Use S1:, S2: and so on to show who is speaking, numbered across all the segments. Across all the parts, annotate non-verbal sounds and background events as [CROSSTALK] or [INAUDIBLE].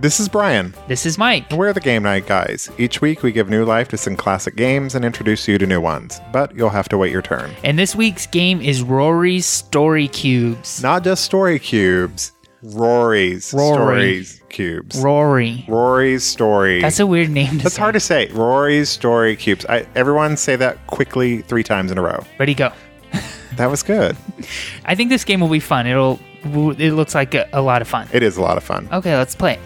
S1: This is Brian.
S2: This is Mike.
S1: We're the Game Night Guys. Each week we give new life to some classic games and introduce you to new ones, but you'll have to wait your turn.
S2: And this week's game is Rory's Story Cubes.
S1: Not just story cubes, Rory's
S2: Rory.
S1: stories cubes.
S2: Rory.
S1: Rory's story.
S2: That's a weird name to
S1: That's
S2: say.
S1: hard to say. Rory's story cubes. I, everyone say that quickly three times in a row.
S2: Ready, go.
S1: That was good.
S2: I think this game will be fun. It'll. It looks like a, a lot of fun.
S1: It is a lot of fun.
S2: Okay, let's play. it.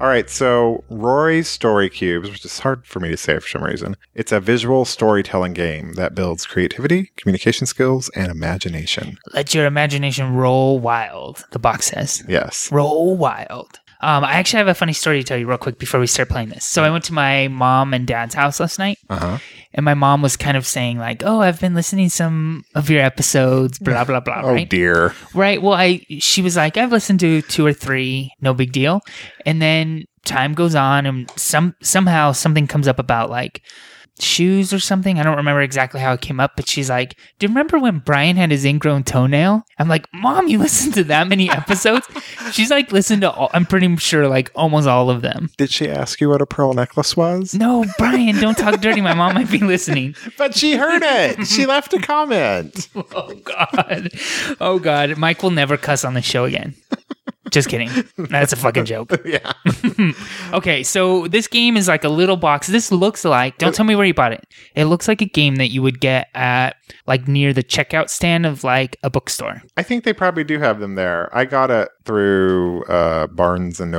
S1: All right, so Rory's Story Cubes, which is hard for me to say for some reason, it's a visual storytelling game that builds creativity, communication skills, and imagination.
S2: Let your imagination roll wild. The box says.
S1: Yes.
S2: Roll wild. Um, I actually have a funny story to tell you real quick before we start playing this. So I went to my mom and dad's house last night,
S1: Uh huh.
S2: and my mom was kind of saying like, "Oh, I've been listening to some of your episodes, blah blah blah."
S1: Oh
S2: right?
S1: dear.
S2: Right. Well, I she was like, I've listened to two or three, no big deal. And then time goes on, and some somehow something comes up about like shoes or something. I don't remember exactly how it came up, but she's like, Do you remember when Brian had his ingrown toenail? I'm like, Mom, you [LAUGHS] listened to that many episodes? she's like, listened to all. I'm pretty sure like almost all of them.
S1: Did she ask you what a pearl necklace was?
S2: No, Brian, don't talk dirty. My mom might be listening.
S1: [LAUGHS] But she heard it. she left a comment.
S2: [LAUGHS] Oh God. Oh God. Mike will never cuss on the show again. Just kidding. That's a fucking joke.
S1: [LAUGHS] Yeah.
S2: Okay, so this game is like a little box. This looks like, don't tell me where you bought it. It looks like a game that you would get at like near the checkout stand of like a bookstore.
S1: I think they probably do have them there. I got it through uh,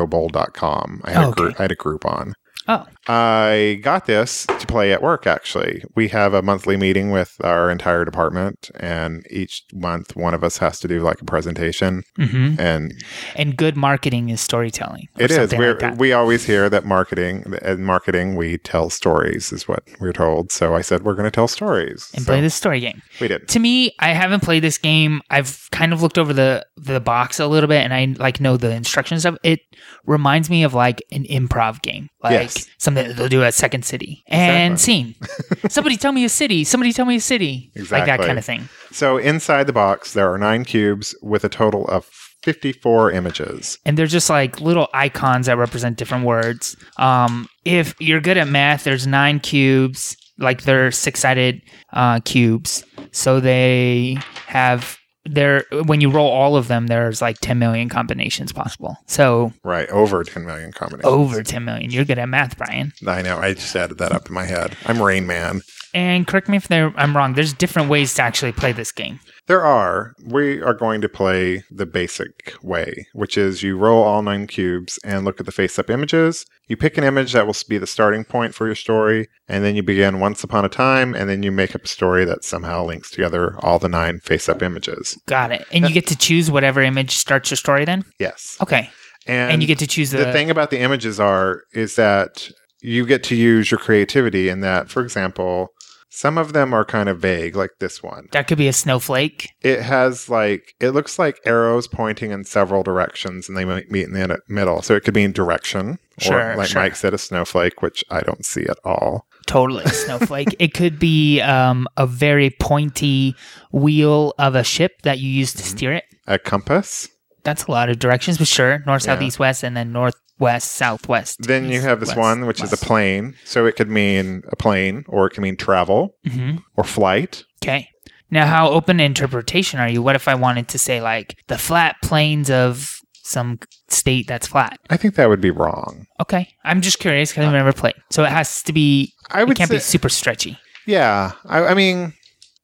S1: barnesandnoble.com. I had,
S2: Oh,
S1: a group,
S2: okay.
S1: I had a group on.
S2: Oh,
S1: I got this to play at work, actually. We have a monthly meeting with our entire department, and each month one of us has to do like a presentation.
S2: hmm
S1: And
S2: and good marketing is storytelling. or
S1: it is.
S2: something
S1: We're,
S2: like that.
S1: we always hear that marketing, and marketing, we tell stories, is what we're told. So I said, we're going to tell stories.
S2: and
S1: So
S2: play this story game.
S1: We did.
S2: To me, I haven't played this game. I've kind of looked over the the box a little bit, and I like know the instructions of it. Reminds me of like an improv game, like
S1: Yes.
S2: something that they'll do at Second City and scene.
S1: [LAUGHS]
S2: Somebody tell me a city. Somebody tell me a city. Like that
S1: Exactly.
S2: kind of thing.
S1: So inside the box, there are nine cubes with a total of 54 images.
S2: and they're just like little icons that represent different words. Um, if you're good at math, there's nine cubes, like they're six sided uh, cubes. So they have there when you roll all of them, there's like 10 million combinations possible. So
S1: Right. Over 10 million combinations.
S2: over 10 million. You're good at math, Brian.
S1: I know. I just added that up in my head. I'm Rain Man.
S2: And correct me if there- I'm wrong. There's different ways to actually play this game.
S1: There are. We are going to play the basic way, which is you roll all nine cubes and look at the face up images. You pick an image that will be the starting point for your story, and then you begin once upon a time, and then you make up a story that somehow links together all the nine face up images.
S2: Got it. And you get to choose whatever image starts your story then?
S1: Yes.
S2: Okay. Oh, And, you get to choose the,
S1: the thing about the images are is that you get to use your creativity in that for example some of them are kind of vague like this one
S2: That could be a snowflake.
S1: it has like it looks like arrows pointing in several directions and they might meet in the middle so it could mean direction
S2: Sure,
S1: or like
S2: sure.
S1: mike said a snowflake which i don't see at all
S2: Totally, snowflake. it could be um, a very pointy wheel of a ship that you use
S1: Mm-hmm.
S2: to steer it.
S1: a compass
S2: That's a lot of directions, but sure, north, south,
S1: Yeah.
S2: east, west, and then northwest, southwest.
S1: then you have this one which is a plane so it could mean a plane or it could mean travel
S2: hmm
S1: or flight
S2: Okay. Now, how open to interpretation are you? What if I wanted to say like the flat plains of some state that's flat?
S1: i think that would be wrong
S2: Okay, I'm just curious because I've never played, so it has to be.
S1: Uh, i
S2: It
S1: would
S2: can't
S1: say
S2: be super stretchy,
S1: yeah I, I mean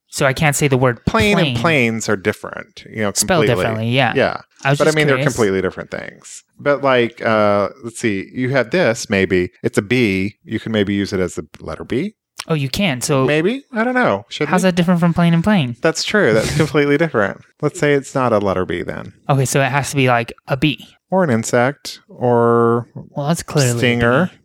S2: so I can't say the word
S1: plane,
S2: plane
S1: and planes are different, you know,
S2: Spelled
S1: completely.
S2: differently, yeah.
S1: Yeah.
S2: I was
S1: But I
S2: just
S1: mean, they're
S2: curious.
S1: completely different things. But like, uh, let's see, you had this maybe. It's a B. You can maybe use it as the letter B.
S2: Oh, you can. So
S1: Maybe. I don't know. Should
S2: how's
S1: we?
S2: that different from plane and plane?
S1: That's true. That's completely different. Let's say it's not a letter B then,
S2: Okay, so it has to be like a bee.
S1: or an insect, or
S2: Well, that's clearly a
S1: stinger.
S2: bee.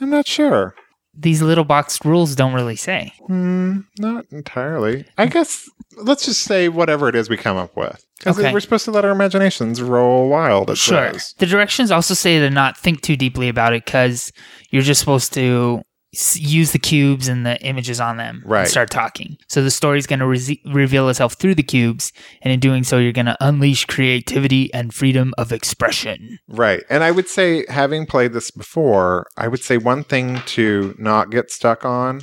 S1: I'm not sure.
S2: these little boxed rules don't really say.
S1: Hmm, not entirely. I guess let's just say whatever it is we come up with. Because
S2: Okay.
S1: we're supposed to let our imaginations roll wild, it says.
S2: The directions also say to not think too deeply about it because you're just supposed to s- use the cubes and the images on them and
S1: Right.
S2: start talking. So the story's going to re- reveal itself through the cubes, and in doing so, you're going to unleash creativity and freedom of expression.
S1: Right. And I would say, having played this before, I would say one thing to not get stuck on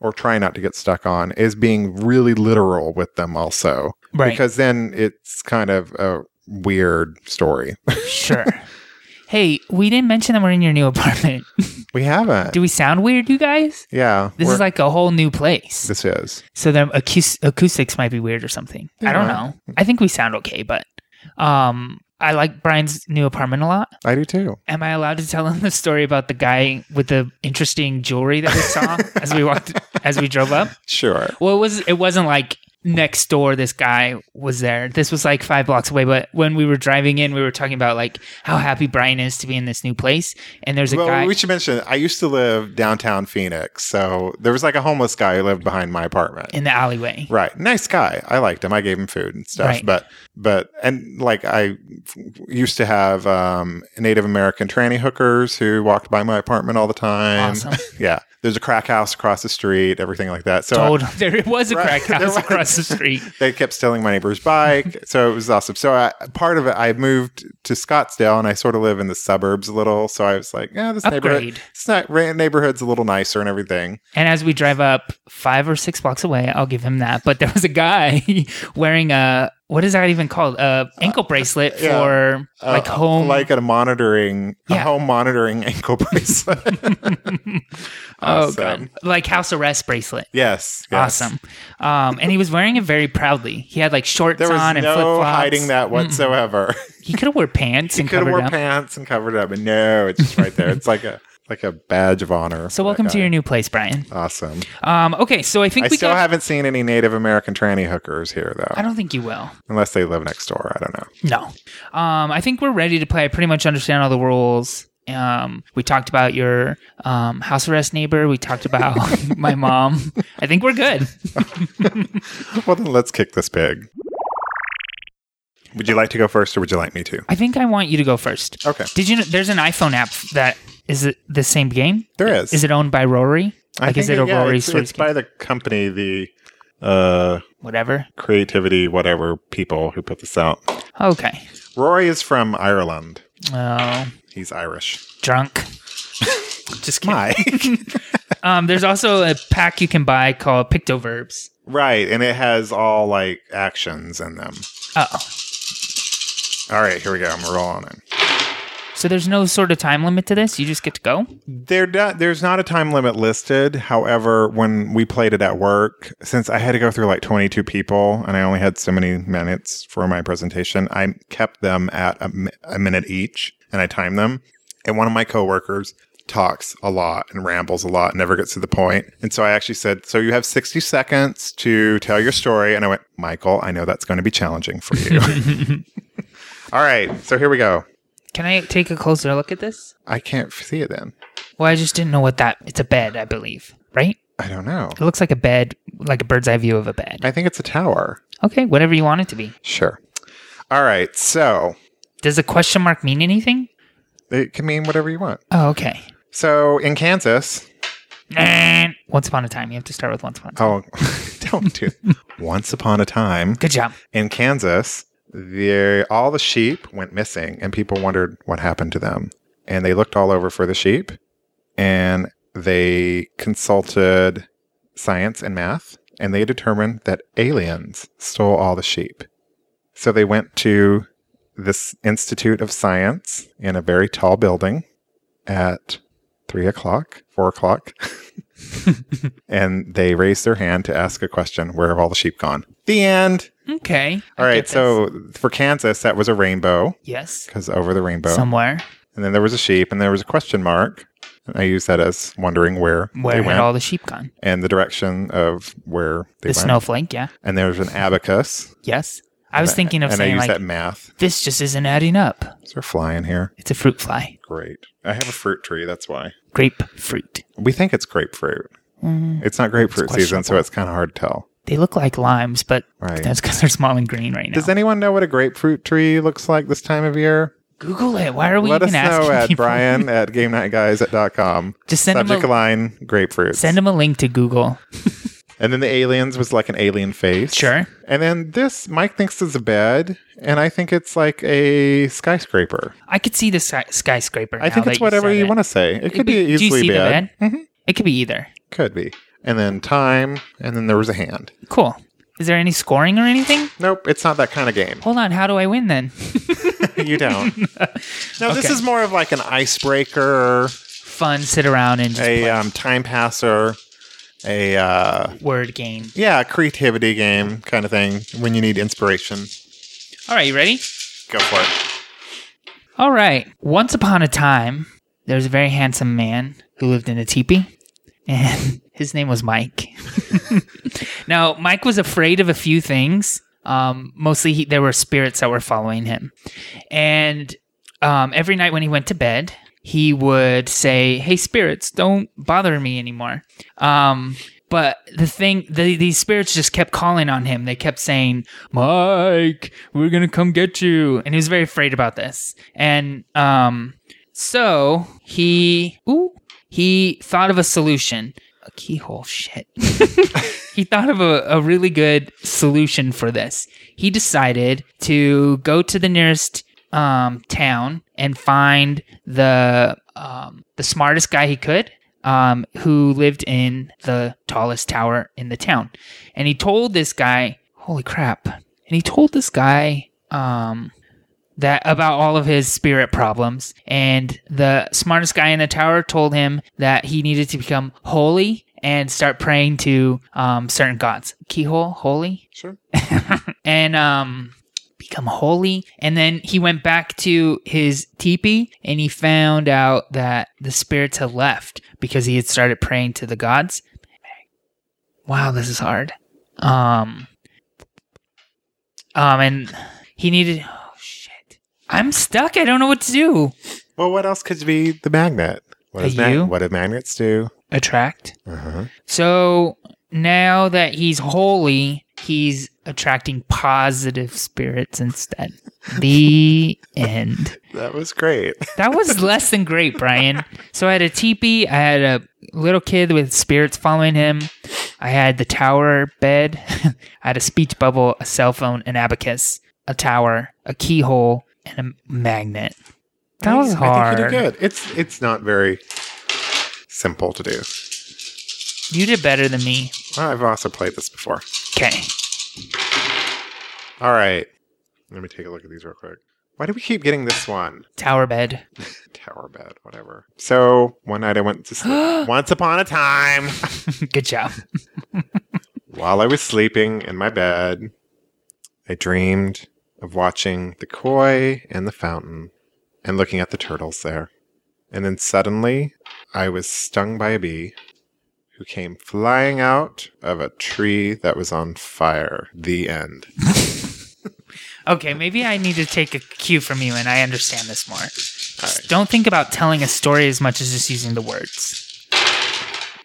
S1: or try not to get stuck on is being really literal with them also.
S2: Right.
S1: Because then it's kind of a weird story. [LAUGHS]
S2: sure. Hey, we didn't mention that we're in your new apartment. [LAUGHS]
S1: We haven't.
S2: Do [LAUGHS] we sound weird, you guys?
S1: yeah.
S2: This
S1: we're-
S2: is like a whole new place.
S1: This is.
S2: So their acous- acoustics might be weird or something. I don't
S1: Yeah.
S2: know. I think we sound okay, but um, I like Brian's new apartment a lot.
S1: I do too.
S2: Am I allowed to tell him [LAUGHS] the story about the guy with the interesting jewelry that
S1: [LAUGHS]
S2: we saw as we walked as we drove up?
S1: Sure.
S2: Well, it was it wasn't like next door this guy was there. This was like 5 blocks away, but when we were driving in, we were talking about like how happy Brian is to be in this new place and there's a
S1: well,
S2: guy
S1: we should mention I used to live downtown Phoenix, so there was like a homeless guy who lived behind my apartment.
S2: in the alleyway.
S1: right, nice guy. I liked him. I gave him food and stuff.
S2: Right.
S1: But but and like I used to have um, Native American tranny hookers who walked by my apartment all the time.
S2: Awesome.
S1: [LAUGHS] yeah, there's a crack house across the street, everything like that. So I-
S2: Told [LAUGHS] there was a
S1: Right,
S2: crack
S1: [LAUGHS] there was.
S2: house across the street.
S1: they kept stealing my neighbor's bike. so it was awesome. So I, part of it, I moved to Scottsdale and I sort of live in the suburbs a little. So I was like, yeah, this neighborhood,
S2: Upgrade.
S1: it's not, ra- neighborhood's a little nicer and everything.
S2: And as we drive up five or six blocks away, I'll give him that. But there was a guy [LAUGHS] wearing a what is that even called? A ankle bracelet
S1: yeah.
S2: for
S1: Uh,
S2: like home.
S1: like a monitoring, a
S2: Yeah.
S1: home monitoring [LAUGHS] ankle
S2: [LAUGHS]
S1: bracelet.
S2: oh
S1: awesome.
S2: god, like house arrest bracelet.
S1: yes, yes.
S2: Awesome. Um, and he was wearing it very proudly. He had like shorts
S1: There was
S2: on and flip
S1: no
S2: flops.
S1: hiding that whatsoever.
S2: [LAUGHS] He could have wore pants and
S1: Could have
S2: covered
S1: wore
S2: up.
S1: pants and covered it up, but no, it's just right there. It's like a [LAUGHS] like a badge of honor.
S2: So welcome to your new place, Brian.
S1: awesome.
S2: Um, okay, so I think
S1: I
S2: we
S1: still
S2: got.
S1: haven't seen any Native American tranny hookers here though.
S2: I don't think you will.
S1: Unless they live next door. I don't know. [LAUGHS]
S2: No. Um, I think we're ready to play. I pretty much understand all the rules. Um, we talked about your um, house arrest neighbor. We talked about [LAUGHS] my mom. I think we're good.
S1: Well, then let's kick this pig. Would you like to go first or would you like me to?
S2: I think I want you to go first.
S1: Okay.
S2: Did you know there's an iPhone app that is it the same game?
S1: There is.
S2: Is it owned by Rory?
S1: I
S2: Like, is
S1: think
S2: it a
S1: yeah,
S2: Rory
S1: it's,
S2: Stories
S1: it's by the company, the uh,
S2: Whatever.
S1: creativity, whatever people who put this out.
S2: Okay.
S1: Rory is from Ireland.
S2: Oh,
S1: He's Irish. [LAUGHS]
S2: drunk. Just kidding.
S1: My.
S2: Um, there's also a pack you can buy called Pictoverbs.
S1: [LAUGHS] right. And it has all like actions in them.
S2: Oh.
S1: All right. Here we go. I'm rolling it.
S2: So there's no sort of time limit to this. You just get to go.
S1: There, do- there's not a time limit listed. However, when we played it at work, since I had to go through like 22 people and I only had so many minutes for my presentation, I kept them at a, mi- a minute each and I timed them. And one of my coworkers talks a lot and rambles a lot, never gets to the point. And so I actually said, "So you have 60 seconds to tell your story." And I went, "Michael, I know that's going to be challenging for you." All right, so here we go.
S2: Can I take a closer look at this?
S1: I can't f- see it then.
S2: Well, I just didn't know what that. It's a bed, I believe. Right?
S1: I don't know.
S2: It looks like a bed, like a bird's eye view of a bed.
S1: I think it's a tower.
S2: Okay, whatever you want it to be.
S1: Sure. All right. So
S2: Does the question mark mean anything?
S1: it can mean whatever you want.
S2: Oh, okay.
S1: So in Kansas,
S2: Nah. Once upon a time, you have to start with once upon a time.
S1: oh, [LAUGHS] don't do. Once upon a time
S2: Good job.
S1: in Kansas, the all the sheep went missing, and people wondered what happened to them. And they looked all over for the sheep, and they consulted science and math, and they determined that aliens stole all the sheep. So they went to this Institute of Science in a very tall building at three o'clock, four o'clock, and they raised their hand to ask a question Where have all the sheep gone? The end.
S2: Okay. I
S1: All
S2: get
S1: right,
S2: this.
S1: so for Kansas, that was a rainbow
S2: yes,
S1: because over the rainbow,
S2: somewhere.
S1: and then there was a sheep, and there was a question mark. And I use that as wondering where,
S2: Where
S1: they
S2: had
S1: went
S2: all the sheep gone?
S1: and the direction of where
S2: The
S1: they went.
S2: snowflake. Yeah.
S1: And there was an abacus,
S2: Yes. I was thinking of
S1: and I
S2: saying
S1: use
S2: like
S1: that math.
S2: this just isn't adding up.
S1: Is there a fly in here?
S2: It's a fruit fly.
S1: Great. I have a fruit tree. That's why
S2: Grapefruit.
S1: we think it's grapefruit.
S2: Mm,
S1: It's not grapefruit season, so
S2: questionable.
S1: it's kind of hard to tell.
S2: they look like limes, but
S1: Right.
S2: [LAUGHS] that's because they're small and green right now.
S1: Does anyone know what a grapefruit tree looks like this time of year?
S2: Google it. Why are we
S1: Let us
S2: even asking
S1: know at
S2: people?
S1: brian
S2: [LAUGHS]
S1: at gamenightguys.com.
S2: Just send them
S1: Subject
S2: a
S1: line grapefruits.
S2: send them a link to Google.
S1: and then the aliens was like an alien face.
S2: Sure.
S1: And then this, Mike thinks is a bed, and I think it's like a skyscraper.
S2: I could see the sky- skyscraper.
S1: I think it's whatever you want to say. It could be
S2: Do you
S1: easily
S2: see the
S1: bad. Mhm.
S2: It could be either.
S1: Could be. And then time, and then there was a hand.
S2: Cool. Is there any scoring or anything?
S1: Nope, it's not that kind of
S2: [LAUGHS]
S1: game.
S2: Hold on. How do I win then?
S1: you don't. No, this
S2: Okay.
S1: is more of like an icebreaker,
S2: Fun. Sit around and just
S1: a um, time passer, a uh,
S2: word game.
S1: yeah, creativity game kind of thing when you need inspiration.
S2: All right. You ready?
S1: Go for it.
S2: All right. Once upon a time, there was a very handsome man who lived in a teepee, and [LAUGHS] his name was Mike. [LAUGHS] now, Mike was afraid of a few things. Um, mostly, he, there were spirits that were following him. And um, every night when he went to bed, he would say, Hey, spirits, don't bother me anymore. Um, but the thing, the, these spirits just kept calling on him. They kept saying, Mike, we're going to come get you. And he was very afraid about this. And um, so he, ooh, he thought of a solution. A keyhole, shit. [LAUGHS] he thought of a, a really good solution for this. He decided to go to the nearest um, town and find the um, the smartest guy he could, um, who lived in the tallest tower in the town. And he told this guy, "Holy crap!" And he told this guy, um, that about all of his spirit problems and the smartest guy in the tower told him that he needed to become holy and start praying to um, certain gods keyhole holy
S1: Sure.
S2: and um become holy and then he went back to his teepee and he found out that the spirits had left because he had started praying to the gods wow this is hard um um and he needed oh shit i'm stuck i don't know what to do
S1: Well, what else could be the magnet? What,
S2: A
S1: is mag-
S2: U?
S1: what do magnets do?
S2: attract
S1: Uh-huh.
S2: So now that he's holy, he's attracting positive spirits instead. The end.
S1: That was great. [LAUGHS]
S2: That was less than great, Brian. So I had a teepee. I had a little kid with spirits following him. I had the tower bed. [LAUGHS] I had a speech bubble, a cell phone, an abacus, a tower, a keyhole, and a magnet. [LAUGHS] That was
S1: I
S2: hard.
S1: think you did good. It's it's not very simple to do.
S2: You did better than me.
S1: Well, I've also played this before.
S2: Okay.
S1: All right. Let me take a look at these real quick. Why do we keep getting this one?
S2: Tower bed. [LAUGHS]
S1: Tower bed, whatever. So one night I went to
S2: [GASPS]
S1: sleep. Once upon a time,
S2: Good job.
S1: while I was sleeping in my bed, I dreamed of watching the koi and the fountain and looking at the turtles there. And then suddenly I was stung by a bee who came flying out of a tree that was on fire. The end.
S2: Okay, maybe I need to take a cue from you and I understand this more.
S1: All
S2: Just Don't think about telling a story as much as just using the words.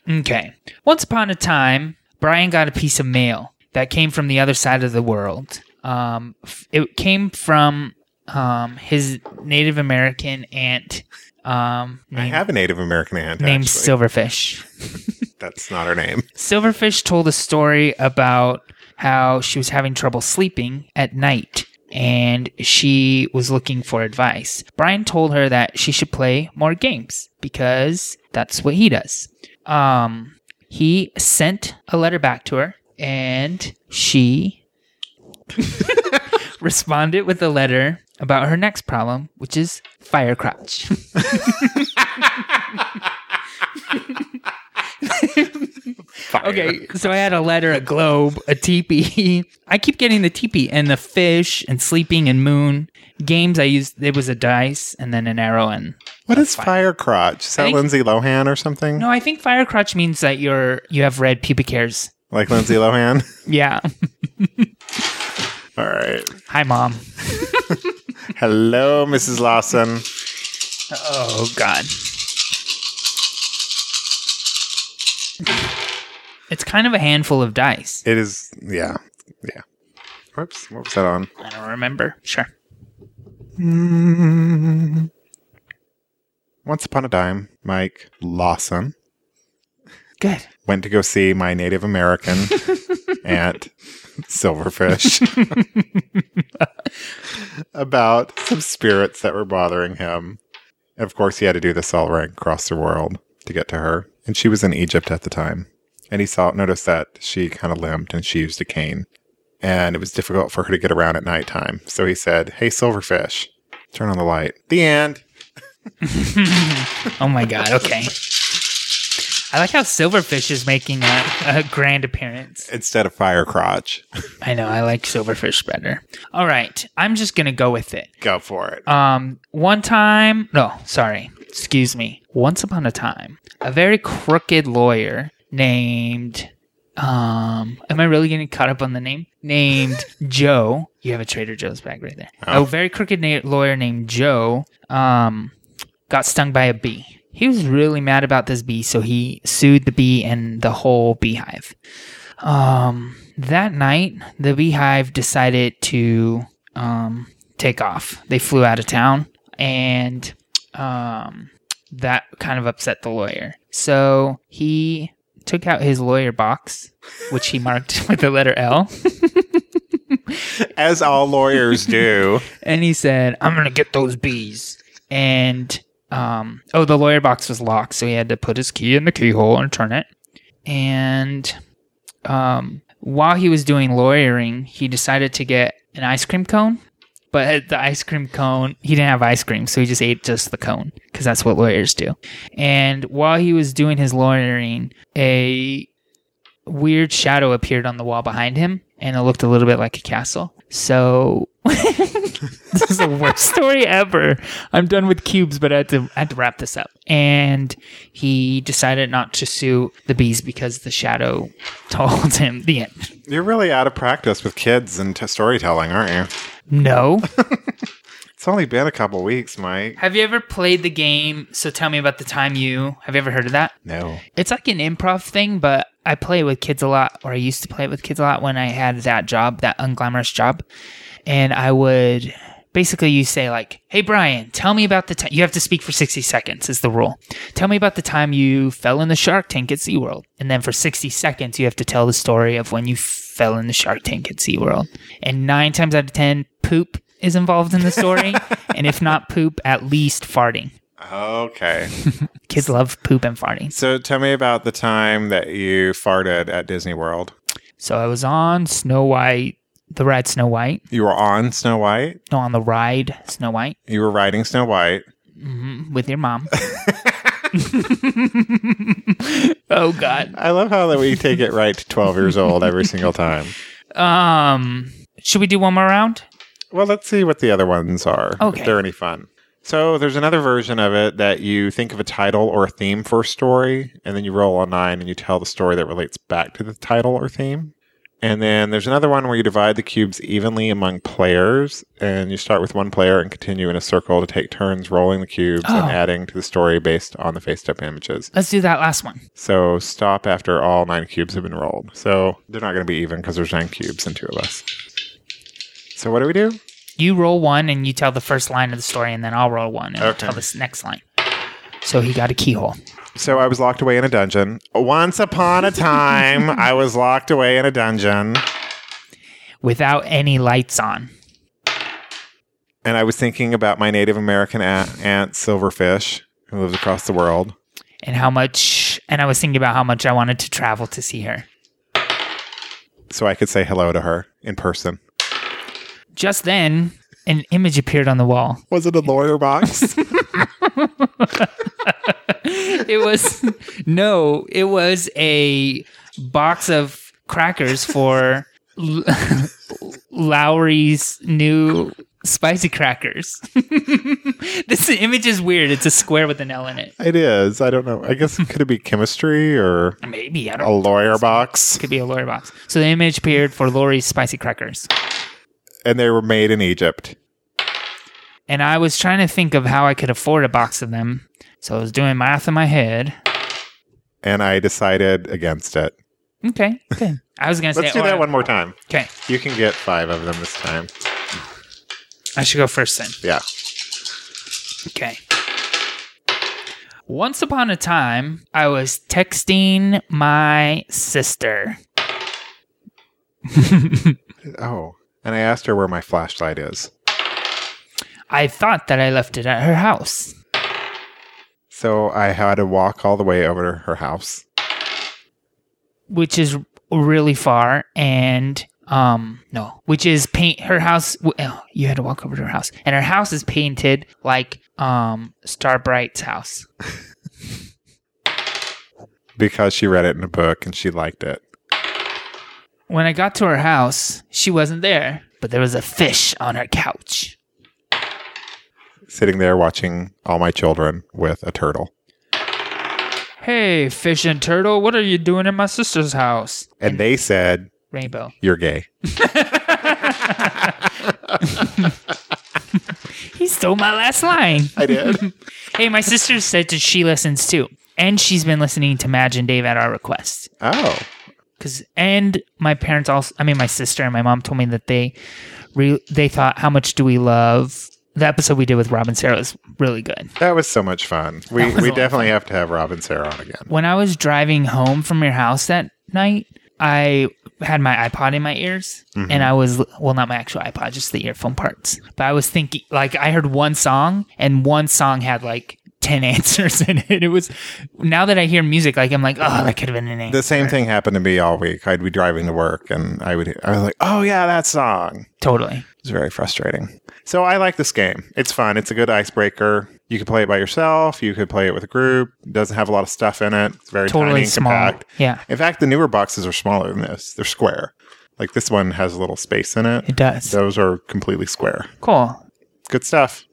S2: Okay. Once upon a time, Brian got a piece of mail that came from the other side of the world. Um, f- it came from um, his Native American aunt um,
S1: I
S2: named,
S1: have a Native American aunt.
S2: named
S1: actually.
S2: Silverfish.
S1: That's not her name.
S2: Silverfish told a story about how she was having trouble sleeping at night and she was looking for advice. Brian told her that she should play more games because that's what he does. Um, he sent a letter back to her and she [LAUGHS] responded with a letter about her next problem, which is fire crotch.
S1: [LAUGHS]
S2: [LAUGHS]
S1: Fire.
S2: [LAUGHS] Okay, so I had a letter, a globe, a teepee. [LAUGHS] I keep getting the teepee and the fish and sleeping and moon games. I used it was a dice and then an arrow and
S1: What is fire crotch? Is that
S2: think-
S1: Lindsay Lohan or something?
S2: no. I think fire crotch means that you're you have red pubic hairs.
S1: Like Lindsay Lohan?
S2: Yeah,
S1: [LAUGHS] All right.
S2: [LAUGHS] Hi, mom.
S1: Hello, Mrs. Lawson.
S2: Oh God. It's kind of a handful of dice.
S1: It is, yeah, yeah. um, Whoops, what was that on?
S2: I don't remember. Sure.
S1: Once upon a time, Mike Lawson
S2: Good.
S1: went to go see my Native American aunt, Silverfish, [LAUGHS] about some spirits that were bothering him. And of course, he had to do this all right across the world to get to her. And she was in Egypt at the time. And he saw, noticed that she kind of limped and she used a cane. And it was difficult for her to get around at nighttime. So he said, Hey, Silverfish, turn on the light. The end.
S2: Oh my God. Okay. I like how Silverfish is making a, a grand appearance.
S1: Instead of fire crotch. [LAUGHS]
S2: I know. I like Silverfish better. All right. I'm just going to go with it.
S1: go for it.
S2: Um, one time, no, sorry, excuse me. Once upon a time, a very crooked lawyer named, um, am I really getting caught up on the name? Named Joe. You have a Trader Joe's bag right there.
S1: Oh.
S2: A very crooked na- lawyer named Joe, um, got stung by a bee. He was really mad about this bee, so he sued the bee and the whole beehive. Um, that night, the beehive decided to um, take off. They flew out of town, and um, that kind of upset the lawyer. So he took out his lawyer box, which he marked [LAUGHS] with the letter L,
S1: As all lawyers do.
S2: and he said, "I'm gonna get those bees." And um, oh, the lawyer box was locked, so he had to put his key in the keyhole and turn it. And um, while he was doing lawyering, he decided to get an ice cream cone. But the ice cream cone, he didn't have ice cream, so he just ate just the cone because that's what lawyers do. And while he was doing his lawyering, a weird shadow appeared on the wall behind him, and it looked a little bit like a castle. So [LAUGHS] this is the worst story ever. I'm done with cubes, but I had to I had to wrap this up. And he decided not to sue the bees because the shadow [LAUGHS] told him the end.
S1: You're really out of practice with kids and t- storytelling, aren't you?
S2: No.
S1: It's only been a couple weeks, Mike.
S2: have you ever played the game? So tell me about the time you have you ever heard of that?
S1: No.
S2: It's like an improv thing, but I play it with kids a lot, or I used to play it with kids a lot when I had that job, that unglamorous job. And I would basically, you say, like, hey, Brian, tell me about the time. You have to speak for 60 seconds, is the rule. Tell me about the time you fell in the shark tank at SeaWorld. And then for 60 seconds, you have to tell the story of when you fell in the shark tank at SeaWorld. And nine times out of 10, poop is involved in the story. and if not poop, at least farting.
S1: Okay.
S2: Kids love poop and farting.
S1: so tell me about the time that you farted at Disney World.
S2: So I was on Snow White, the ride Snow White.
S1: You were on Snow White.
S2: No, on the ride Snow White
S1: You were riding Snow White.
S2: hmm with your mom. [LAUGHS] oh God.
S1: I love how that we take it right to 12 years old every single time.
S2: Um, should we do one more round?
S1: Well, let's see what the other ones are.
S2: Okay.
S1: If they're any fun. So there's another version of it that you think of a title or a theme for a story, and then you roll a nine and you tell the story that relates back to the title or theme. And then there's another one where you divide the cubes evenly among players, and you start with one player and continue in a circle to take turns rolling the cubes
S2: Oh.
S1: and adding to the story based on the face up images.
S2: Let's do that last one.
S1: So stop after all nine cubes have been rolled. So they're not going to be even because there's nine cubes and two of us. So what do we do?
S2: You roll one and you tell the first line of the story, and then I'll roll one and I'll
S1: Okay.
S2: tell this next line. So he got a keyhole.
S1: So I was locked away in a dungeon. Once upon a time, [LAUGHS] I was locked away in a dungeon,
S2: without any lights on.
S1: and I was thinking about my Native American aunt, aunt Silverfish, who lives across the world.
S2: And how much, and I was thinking about how much I wanted to travel to see her.
S1: So I could say hello to her in person.
S2: Just then, an image appeared on the wall.
S1: Was it a lawyer box?
S2: it was [LAUGHS] no it was a box of crackers for L- [LAUGHS] lowry's new spicy crackers [LAUGHS] this image is weird it's a square with an l in it
S1: [LAUGHS] it is. I don't know. I guess could it be chemistry or
S2: maybe i don't
S1: a
S2: know
S1: lawyer box?
S2: could be a lawyer box so the image appeared for lowry's spicy crackers
S1: and they were made in Egypt.
S2: And I was trying to think of how I could afford a box of them. So I was doing math in my head.
S1: And I decided against it.
S2: Okay, good. I was going to say,
S1: Let's do
S2: oh, I-
S1: that one more time.
S2: Okay,
S1: You can get five of them this time.
S2: I should go first then.
S1: Yeah.
S2: Okay. Once upon a time, I was texting my sister.
S1: Oh. And I asked her where my flashlight is.
S2: I thought that I left it at her house.
S1: So I had to walk all the way over to her house.
S2: which is really far and um no which is paint her house w- oh, you had to walk over to her house and her house is painted like um starbright's house
S1: because she read it in a book and she liked it.
S2: when i got to her house she wasn't there but there was a fish on her couch
S1: Sitting there watching all my children with a turtle.
S2: hey fish and turtle what are you doing in my sister's house
S1: And they said,
S2: rainbow
S1: You're gay.
S2: he stole my last line
S1: I
S2: [LAUGHS]
S1: did.
S2: hey my sister said that she listens too and she's been listening to madge and dave at our request
S1: oh.
S2: because and my parents also i mean my sister and my mom told me that they re, they thought how much do we love the episode we did with robin sarah was really good
S1: That was so much fun. We
S2: That was a
S1: we
S2: lot of
S1: definitely have to have Rob and Sarah on again.
S2: when i was driving home from your house that night i had my ipod in my ears and i was well not my actual ipod just the earphone parts but i was thinking like i heard one song and one song had like 10 [LAUGHS] answers in it it was now that i hear music like i'm like oh that could have been an answer
S1: The same thing happened to me all week. I'd be driving to work and I would I was like, Oh yeah, that song.
S2: totally
S1: It's very frustrating. So I like this game. It's fun. It's a good icebreaker. You can play it by yourself, you could play it with a group. It doesn't have a lot of stuff in it. It's very tiny
S2: totally
S1: and
S2: small
S1: compact.
S2: yeah
S1: In fact, the newer boxes are smaller than this. They're square. Like this one has a little space in it.
S2: it does
S1: Those are completely square.
S2: cool
S1: Good stuff.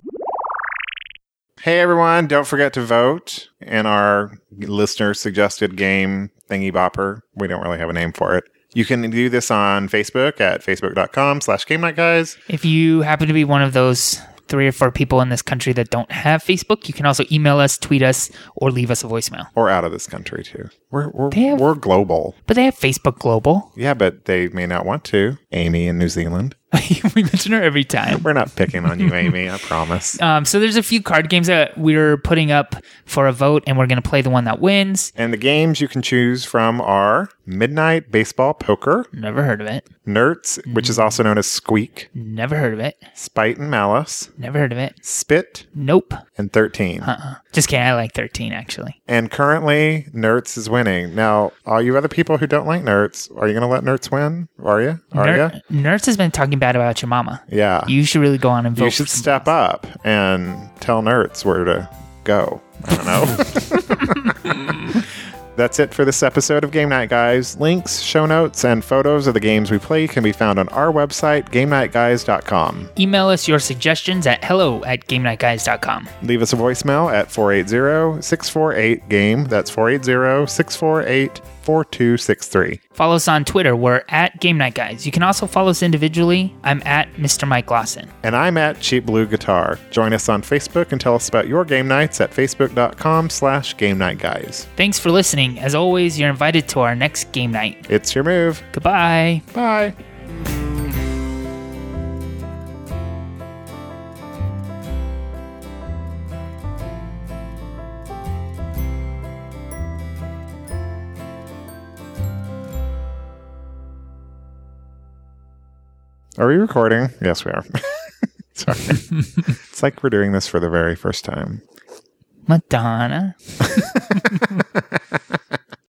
S1: Hey everyone, don't forget to vote in our listener suggested game thingy bopper. We don't really have a name for it. You can do this on Facebook at facebook.com slash game night guys.
S2: If you happen to be one of those three or four people in this country that don't have Facebook, you can also email us, tweet us, or leave us a voicemail.
S1: Or out of this country too. We're we're,
S2: They have-
S1: we're global.
S2: But they have Facebook Global.
S1: Yeah, but they may not want to. Amy in New Zealand.
S2: [LAUGHS] we mention her every time.
S1: We're not picking on
S2: [LAUGHS]
S1: you, Amy, I promise.
S2: Um, so there's a few card games that we're putting up for a vote, and we're going to play the one that wins.
S1: And the games you can choose from are Midnight Baseball Poker,
S2: Never heard of it.
S1: Nerds, which is also known as Squeak,
S2: Never heard of it.
S1: Spite and Malice,
S2: Never heard of it.
S1: Spit,
S2: Nope.
S1: and 13.
S2: Uh-uh. Just kidding. I like 13 actually.
S1: And currently, Nerds is winning. Now, all you other people who don't like Nerds, are you going to let Nerds win? Are you? Are
S2: Ner-
S1: you?
S2: Nerds has been talking bad about your mama.
S1: Oh, Yeah. You,
S2: You should really go on and vote. for
S1: should
S2: some-
S1: step up and tell Nerds where to go. I don't know. That's it for this episode of Game Night Guys. Links, show notes, and photos of the games we play can be found on our website, GameNightGuys.com.
S2: Email us your suggestions at hello at GameNightGuys.com.
S1: Leave us a voicemail at 480 648 GAME. E. That's 480 648 4263.
S2: Follow us on Twitter. We're at Game Night Guys. You can also follow us individually. I'm at Mr. Mike Lawson.
S1: And I'm at Cheap Blue Guitar. Join us on Facebook and tell us about your game nights at facebook.com slash game night guys.
S2: Thanks for listening. As always, you're invited to our next game night.
S1: It's your move.
S2: Goodbye.
S1: Bye. Are we recording? Yes, we are. [LAUGHS] Sorry. it's like we're doing this for the very first time.
S2: Madonna.